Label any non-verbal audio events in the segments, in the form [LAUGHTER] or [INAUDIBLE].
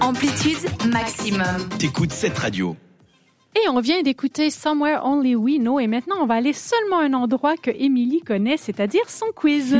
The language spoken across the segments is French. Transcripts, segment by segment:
Amplitude maximum. T'écoutes cette radio. Et on vient d'écouter Somewhere Only We Know et maintenant on va aller seulement à un endroit que Émilie connaît, c'est-à-dire son [LAUGHS] quiz.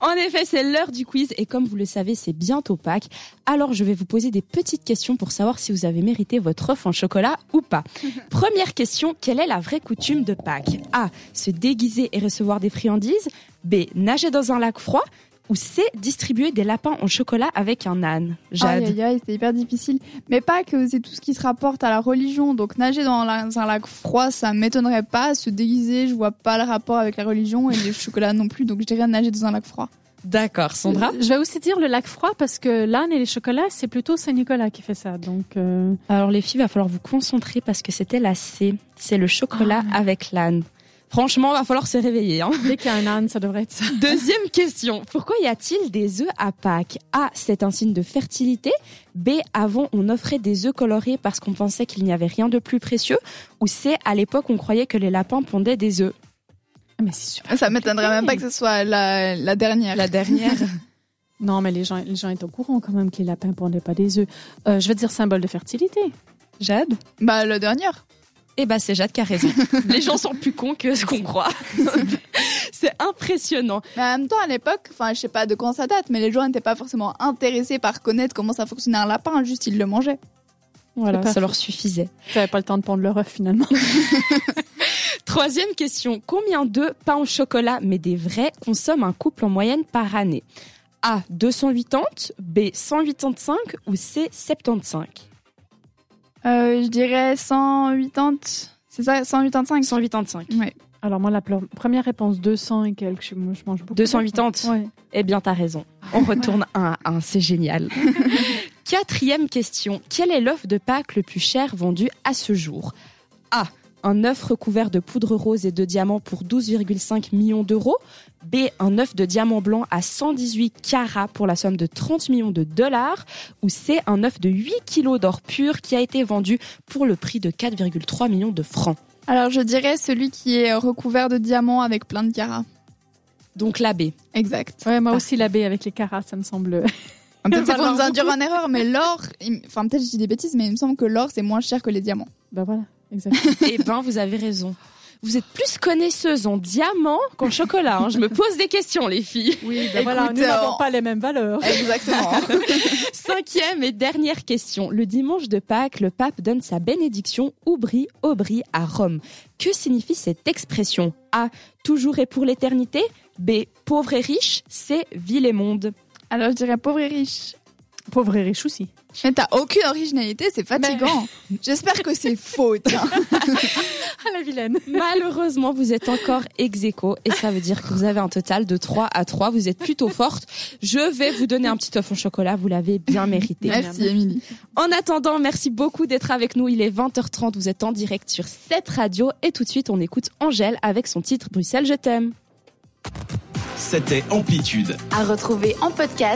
En effet, c'est l'heure du quiz et comme vous le savez, c'est bientôt Pâques. Alors je vais vous poser des petites questions pour savoir si vous avez mérité votre offre en chocolat ou [LAUGHS] pas. Première question, quelle est la vraie coutume de Pâques A. Se déguiser et recevoir des friandises. B. Nager dans un lac froid. Ou C. Distribuer des lapins en chocolat avec un âne. Jade. Aïe, aïe, aïe, c'est hyper difficile. Mais pas que c'est tout ce qui se rapporte à la religion. Donc nager dans la- un lac froid, ça m'étonnerait pas. Se déguiser, je vois pas le rapport avec la religion et les [LAUGHS] chocolats non plus. Donc je dirais nager dans un lac froid. D'accord, Sandra. Je vais aussi dire le lac froid parce que l'âne et les chocolats, c'est plutôt Saint-Nicolas qui fait ça. Donc, [LAUGHS] euh, Alors les filles, va falloir vous concentrer parce que c'était la C. C'est le chocolat avec l'âne. Franchement, va falloir se réveiller. hein. dès qu'il y a un âne, ça devrait être ça. Deuxième question. Pourquoi y a-t-il des œufs à Pâques A. C'est un signe de fertilité. B. Avant, on offrait des œufs colorés parce qu'on pensait qu'il n'y avait rien de plus précieux. Ou C. À l'époque, on croyait que les lapins pondaient des œufs. Ah, Mais c'est super. Ah, Ça m'étonnerait même pas que ce soit la, la dernière. La dernière. Non, mais les gens, les gens étaient au courant quand même que les lapins pondaient pas des œufs. Euh, je vais dire symbole de fertilité. [LAUGHS] Jade Bah la dernière. Eh ben, c'est Jade qui a raison. [LAUGHS] les gens sont plus cons que ce qu'on [LAUGHS] croit. c'est impressionnant. Mais en même temps, à l'époque, enfin, je sais pas de quand ça date, mais les gens n'étaient pas forcément intéressés par connaître comment ça fonctionnait un lapin. Juste, ils le mangeient. Voilà, C'est pas ça leur suffisait. J'avais pas le temps de pondre leur œuf [LAUGHS] finalement. Troisième question. Combien de pains au chocolat, mais des vrais, consomme un couple en moyenne par année A. 280, B. 185 ou C. 75 Euh, je dirais 180. C'est ça, 185. 185. Ouais. Alors moi, la pl- première réponse, 200 et quelques. Je- Moi, je mange beaucoup. 280 Ouais. Eh bien, t'as raison. On retourne un à un, c'est génial. Quatrième question. Quel est l'œuf de Pâques le plus cher vendu à ce jour A. Un œuf recouvert de poudre rose et de diamants pour 12,5 millions d'euros. B. Un œuf de diamant blanc à 118 carats pour la somme de 30 millions de dollars. Ou C. Un œuf de 8 kilos d'or pur qui a été vendu pour le prix de 4,3 millions de francs. Alors, je dirais celui qui est recouvert de diamants avec plein de carats. Donc la B. Exact. Ouais, moi aussi, la baie avec les carats, ça me [LAUGHS] semble. euh, Peut-être c'est pour Valeur nous induire en erreur, mais l'or, il- enfin peut-être je dis des bêtises, mais il me semble que l'or c'est moins cher que les diamants. ben voilà, exactement. Eh ben, vous avez raison. Vous êtes plus connaisseuse en diamant qu'en chocolat. hein. Je me pose des questions, les filles. Oui, bah, ben voilà, nous n'avons pas les mêmes valeurs. [LAUGHS] Exactement. Cinquième et dernière question. Le dimanche de Pâques, le pape donne sa bénédiction Oubri, Aubri à Rome. Que signifie cette expression A. Toujours et pour l'éternité. B. Pauvre et riche. C. Ville et monde. Alors je dirais pauvre et riche. Pauvre et riche aussi. Mais t'as aucune originalité, c'est [LAUGHS] fatigant. J'espère que c'est hein. faux. Tiens. Ah, la vilaine. Malheureusement, vous êtes encore ex aequo et ça veut dire que vous avez un total de 3 à 3. Vous êtes plutôt forte. Je vais vous donner un petit œuf en chocolat. Vous l'avez bien mérité. Merci Émilie. En attendant, merci beaucoup d'être avec nous. Il est 20h30, vous êtes en direct sur cette radio et tout de suite on écoute Angèle avec son titre Bruxelles, je t'aime. C'était Amplitude. À retrouver en podcast